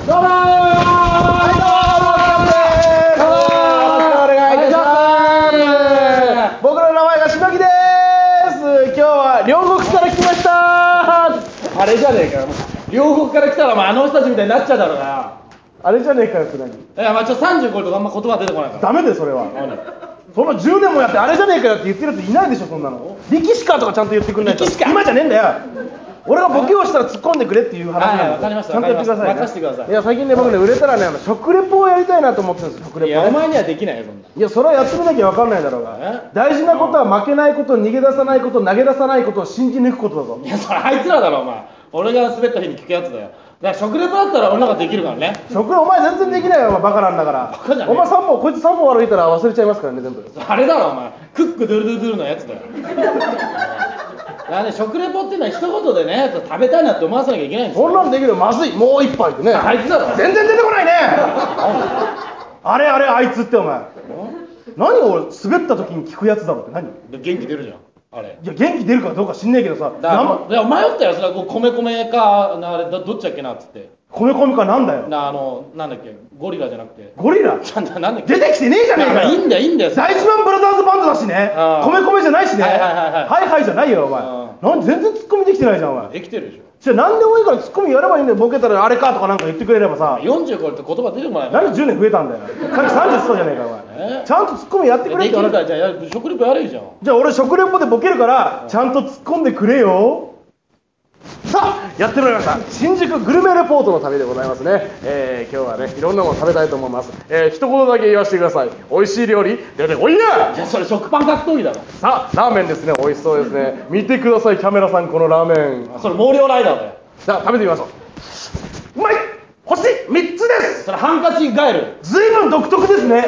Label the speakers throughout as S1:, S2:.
S1: どうもーはいどうもーお願いいたします僕の名前がしのきでーす今日は両国から来ましたあれじゃねえかよ
S2: 両国から来たら、まあ、あの人たちみたいになっちゃうだろうな。
S1: あれじゃねえかよって何
S2: いや、まあ、ちょっと35とかあんま言葉出てこないから。
S1: ダメだよそれはその10年もやってあれじゃねえかよって言ってるやついないでしょそんなの力士かとかちゃんと言ってくんないと
S2: 力士か
S1: 今じゃねえんだよ俺がボケをしたら突っ込んでくれっていう話なんだよ
S2: はいわかりました
S1: ちゃんとやってください、ね、
S2: 任せてください
S1: いや最近ね僕ね売れたらねあの食レポをやりたいなと思ってるんですよ食レポ、
S2: い
S1: ね、
S2: や、お前にはできないよ、そんな。
S1: いやそれはやってみなきゃ分かんないだろうが
S2: え
S1: 大事なことは負けないこと逃げ出さないこと投げ出さないことを信じ抜くことだぞ
S2: いや、それあいつらだろ、お前。俺が滑った日に聞くやつだよ。だから食レポだったら俺なんかできるからね。
S1: 食レポお前全然できないよお前バカなんだか
S2: カじ
S1: ら
S2: ゃねえ
S1: お前3本こいつ3本歩いたら忘れちゃいますからね全部
S2: あれだろ、お前。クックドゥルドゥルドゥルのやつだよ。だからね、食レポってのは一言でね、食べたいなって思わせなきゃいけないんです
S1: こん
S2: よ。
S1: なんできるよまずいもう一杯ってね
S2: あいつだろ。
S1: 全然出てこないねあれあれあいつってお前何を滑った時に聞くやつだろうって何い
S2: 元気出るじゃん、あれ。
S1: や元気出るかどうか知んねえけどさ
S2: だから
S1: 生
S2: いや迷ったよ、それはこう米米か、なあれどどっちだっけなっつって。
S1: 米込みかなんだよ
S2: なあの、なんだっけ、ゴリラじゃなくて。
S1: ゴリラ
S2: なんだ、なんだっけ。
S1: 出てきてねえじゃねえかよ
S2: いいんだよ、いいんだよ。
S1: 第一番ブラザーズバンドだしね
S2: ああ
S1: 米米じゃないしね
S2: はいはいはいはい
S1: はいはいじゃないよお
S2: あ
S1: 前なん全然ツッコミできてないじゃんお前
S2: できてるでしょ。
S1: じゃあ何でもいいからツッコミやればいいんだよボケたらあれかとかなんか言ってくれればさ
S2: 40超えると言葉出てこない
S1: 何で10年増えたんだよさっき30ってたじゃねえかよお前
S2: え
S1: ちゃんとツッコミやってくれ
S2: で
S1: って
S2: き
S1: 言わ
S2: る
S1: れ
S2: か
S1: た
S2: ら、じゃあや、食レポやれよじゃん。
S1: じゃあ俺食レポでボケるからちゃんと突っ込んでくれよさあやってまいりました新宿グルメレポートの旅でございますね、えー、今日はねいろんなもの食べたいと思います、えー、一言だけ言わせてください美味しい料理出てこいや
S2: いや、それ食パン格闘技だろ。
S1: さあラーメンですね美味しそうですね見てくださいキャメラさんこのラーメン
S2: それ毛量ライダーだよ。
S1: さあ食べてみましょううまい星3つです
S2: それハンカチガエル。
S1: ずいぶん独特ですね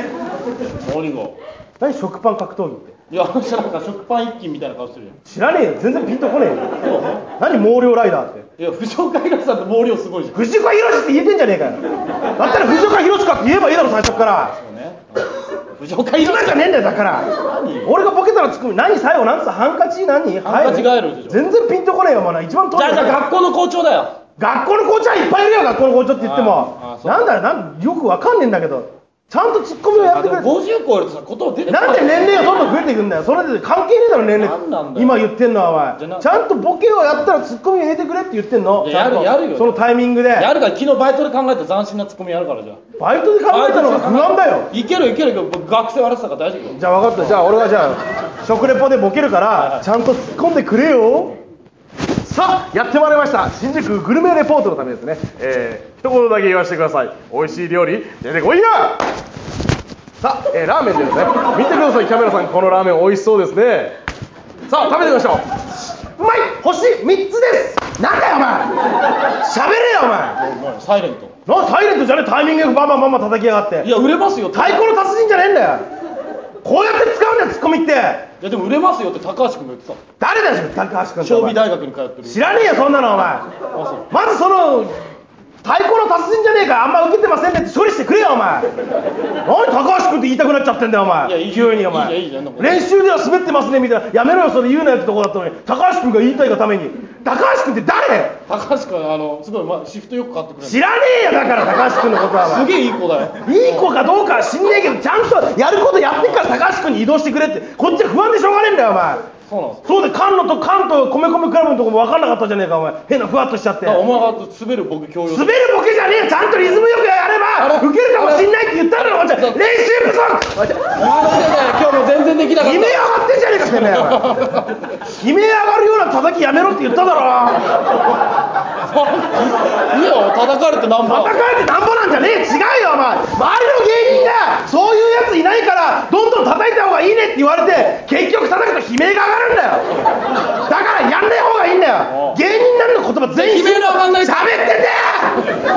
S2: モーリンゴ。
S1: 何食パン格闘技って
S2: いや、あの人なんか食パン一斤みたいな顔してるよ。
S1: 知らねえよ全然ピンとこねえよ
S2: そ
S1: 何毛量ライダーって
S2: ういや、不祥会楽さんって毛量すごいじゃん。
S1: 藤岡弘って言えてんじゃねえかよだったら藤岡弘かって言えばいいだろ最初から
S2: そうね。不祥会
S1: 今
S2: 楽
S1: じゃねえんだよだから俺がボケたらツッコミ何最後なんつったハンカチ何
S2: ハンカチガエルでしょ
S1: 全然ピンとこねえよまだ一番遠い
S2: じゃあ、じゃあ学校の校長だよ。
S1: 学校の校長はいっぱいいるよ学校の校長って言って
S2: ああ
S1: も
S2: そう
S1: なんだよなんよくわかんねえんだけどちゃんとツッコミをやってくれて
S2: 50超えるとさ、言葉出てこない。
S1: なんで年齢がどんどん増えていくんだよそれで関係ねえだろ年
S2: なんなん
S1: 齢
S2: だよ
S1: 今言ってんのはお
S2: じゃあ
S1: 前
S2: な
S1: ちゃんとボケをやったらツッコミを入れてくれって言ってんの
S2: い
S1: ちゃ
S2: や
S1: んと
S2: やるやるよ
S1: そのタイミングで
S2: やるから、昨日バイトで考えた斬新なツッコミやるからじゃあ。
S1: バイトで考えたのが不安だよ
S2: いけるいけるけど、僕学生笑ってたから大丈夫よ。
S1: じゃあ分かったじゃあ俺はじゃあ食レポでボケるからちゃんと突っ込んでくれよさあやってまいりました新宿グルメレポートのためですねえー、一言だけ言わせてください美味しい料理出てこいやさあ、えーラーメンですね見てくださいキャメラさんこのラーメン美味しそうですねさあ食べてみましょううまい星3つですなんだよお前喋れよお前
S2: もうサイレント。
S1: なんサイレントじゃねえタイミングよくバンバンバンバン叩きやがって
S2: いや、売れますよって。
S1: 太鼓の達人じゃねえんだよこうやって使うんだよツッコミって
S2: いや、でも売れますよって高橋君も言ってた。
S1: 誰だよ高橋君ってお
S2: 長美
S1: 前
S2: 大学に通ってる。
S1: 知らねえよそんなのお前
S2: あ、そう。
S1: まずその太鼓の達人じゃねえかあんま受けてませんねって処理してくれよお前何高橋君って言いたくなっちゃってんだよお前
S2: いやいい
S1: 急にお前
S2: いいじゃんいいじゃ
S1: 練
S2: ん
S1: 習では滑ってますねみたいなやめろよそれ言うなよってとこだったのに高橋君が言いたいがために高橋君って誰
S2: 高橋君、あの、すごい、ま、シフトよく買ってくれる。す
S1: 知らねえよだから高橋君のことはお前
S2: げえいい子だよ。
S1: いい子かどうかは知んねえけどちゃんとやることやってっから高橋君に移動してくれってこっちは不安でしょうがねえんだよお前
S2: そうなんです
S1: そうで菅野と関東米米クラブのとこも分かんなかったじゃねえかお前変なふわっとしちゃって
S2: だからお
S1: 滑る
S2: 前が滑る僕教養。
S1: ボケじゃねえよちゃんとリズムよくやれば
S2: あれ
S1: 受けるかもしんないって言っただろお前練習不足
S2: お前のせいだよ、今日も全然できなかっ
S1: 悲鳴上がってんじゃねえかてめえお前悲鳴上がるような叩きやめろって言っただろ
S2: た。いいよ、叩かれてナン
S1: 叩
S2: バー。
S1: かれてなんぼなんじゃねえ違うよお前周りの芸人がそういうやついないからどんどん叩いた方がいいねって言われて結局叩くと悲鳴が上がるんだよだからやんない方がいいんだよ
S2: おう
S1: 芸人になるの言葉全員
S2: 悲鳴の上がんない
S1: 喋ってんだよ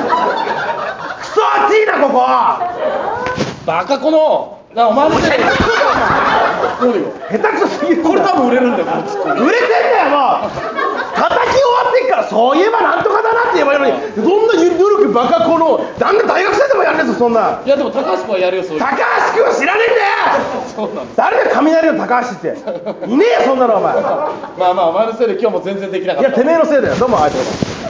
S1: クソ暑いなここ
S2: バカこの、だからお前のせいだよ。ゴリラ
S1: 下手くそすぎる
S2: これ多分売れるんだよ、このツッコミ
S1: 売れてんだよもう叩き終わってっからそういえばなんとかだなって言えばいいのにどんなゆ努力バカこのなんで大学生でもやんねえぞそんない
S2: や、でも高橋君はやるよ、そういう
S1: 高。橋君は知らねえんだよ
S2: そうなんです。
S1: 誰だよ雷の高橋っていねえよそんなのお前
S2: まあまあ、お前のせいで今日も全然できなか
S1: いや
S2: った
S1: て。めえのせいだよどうもあいつ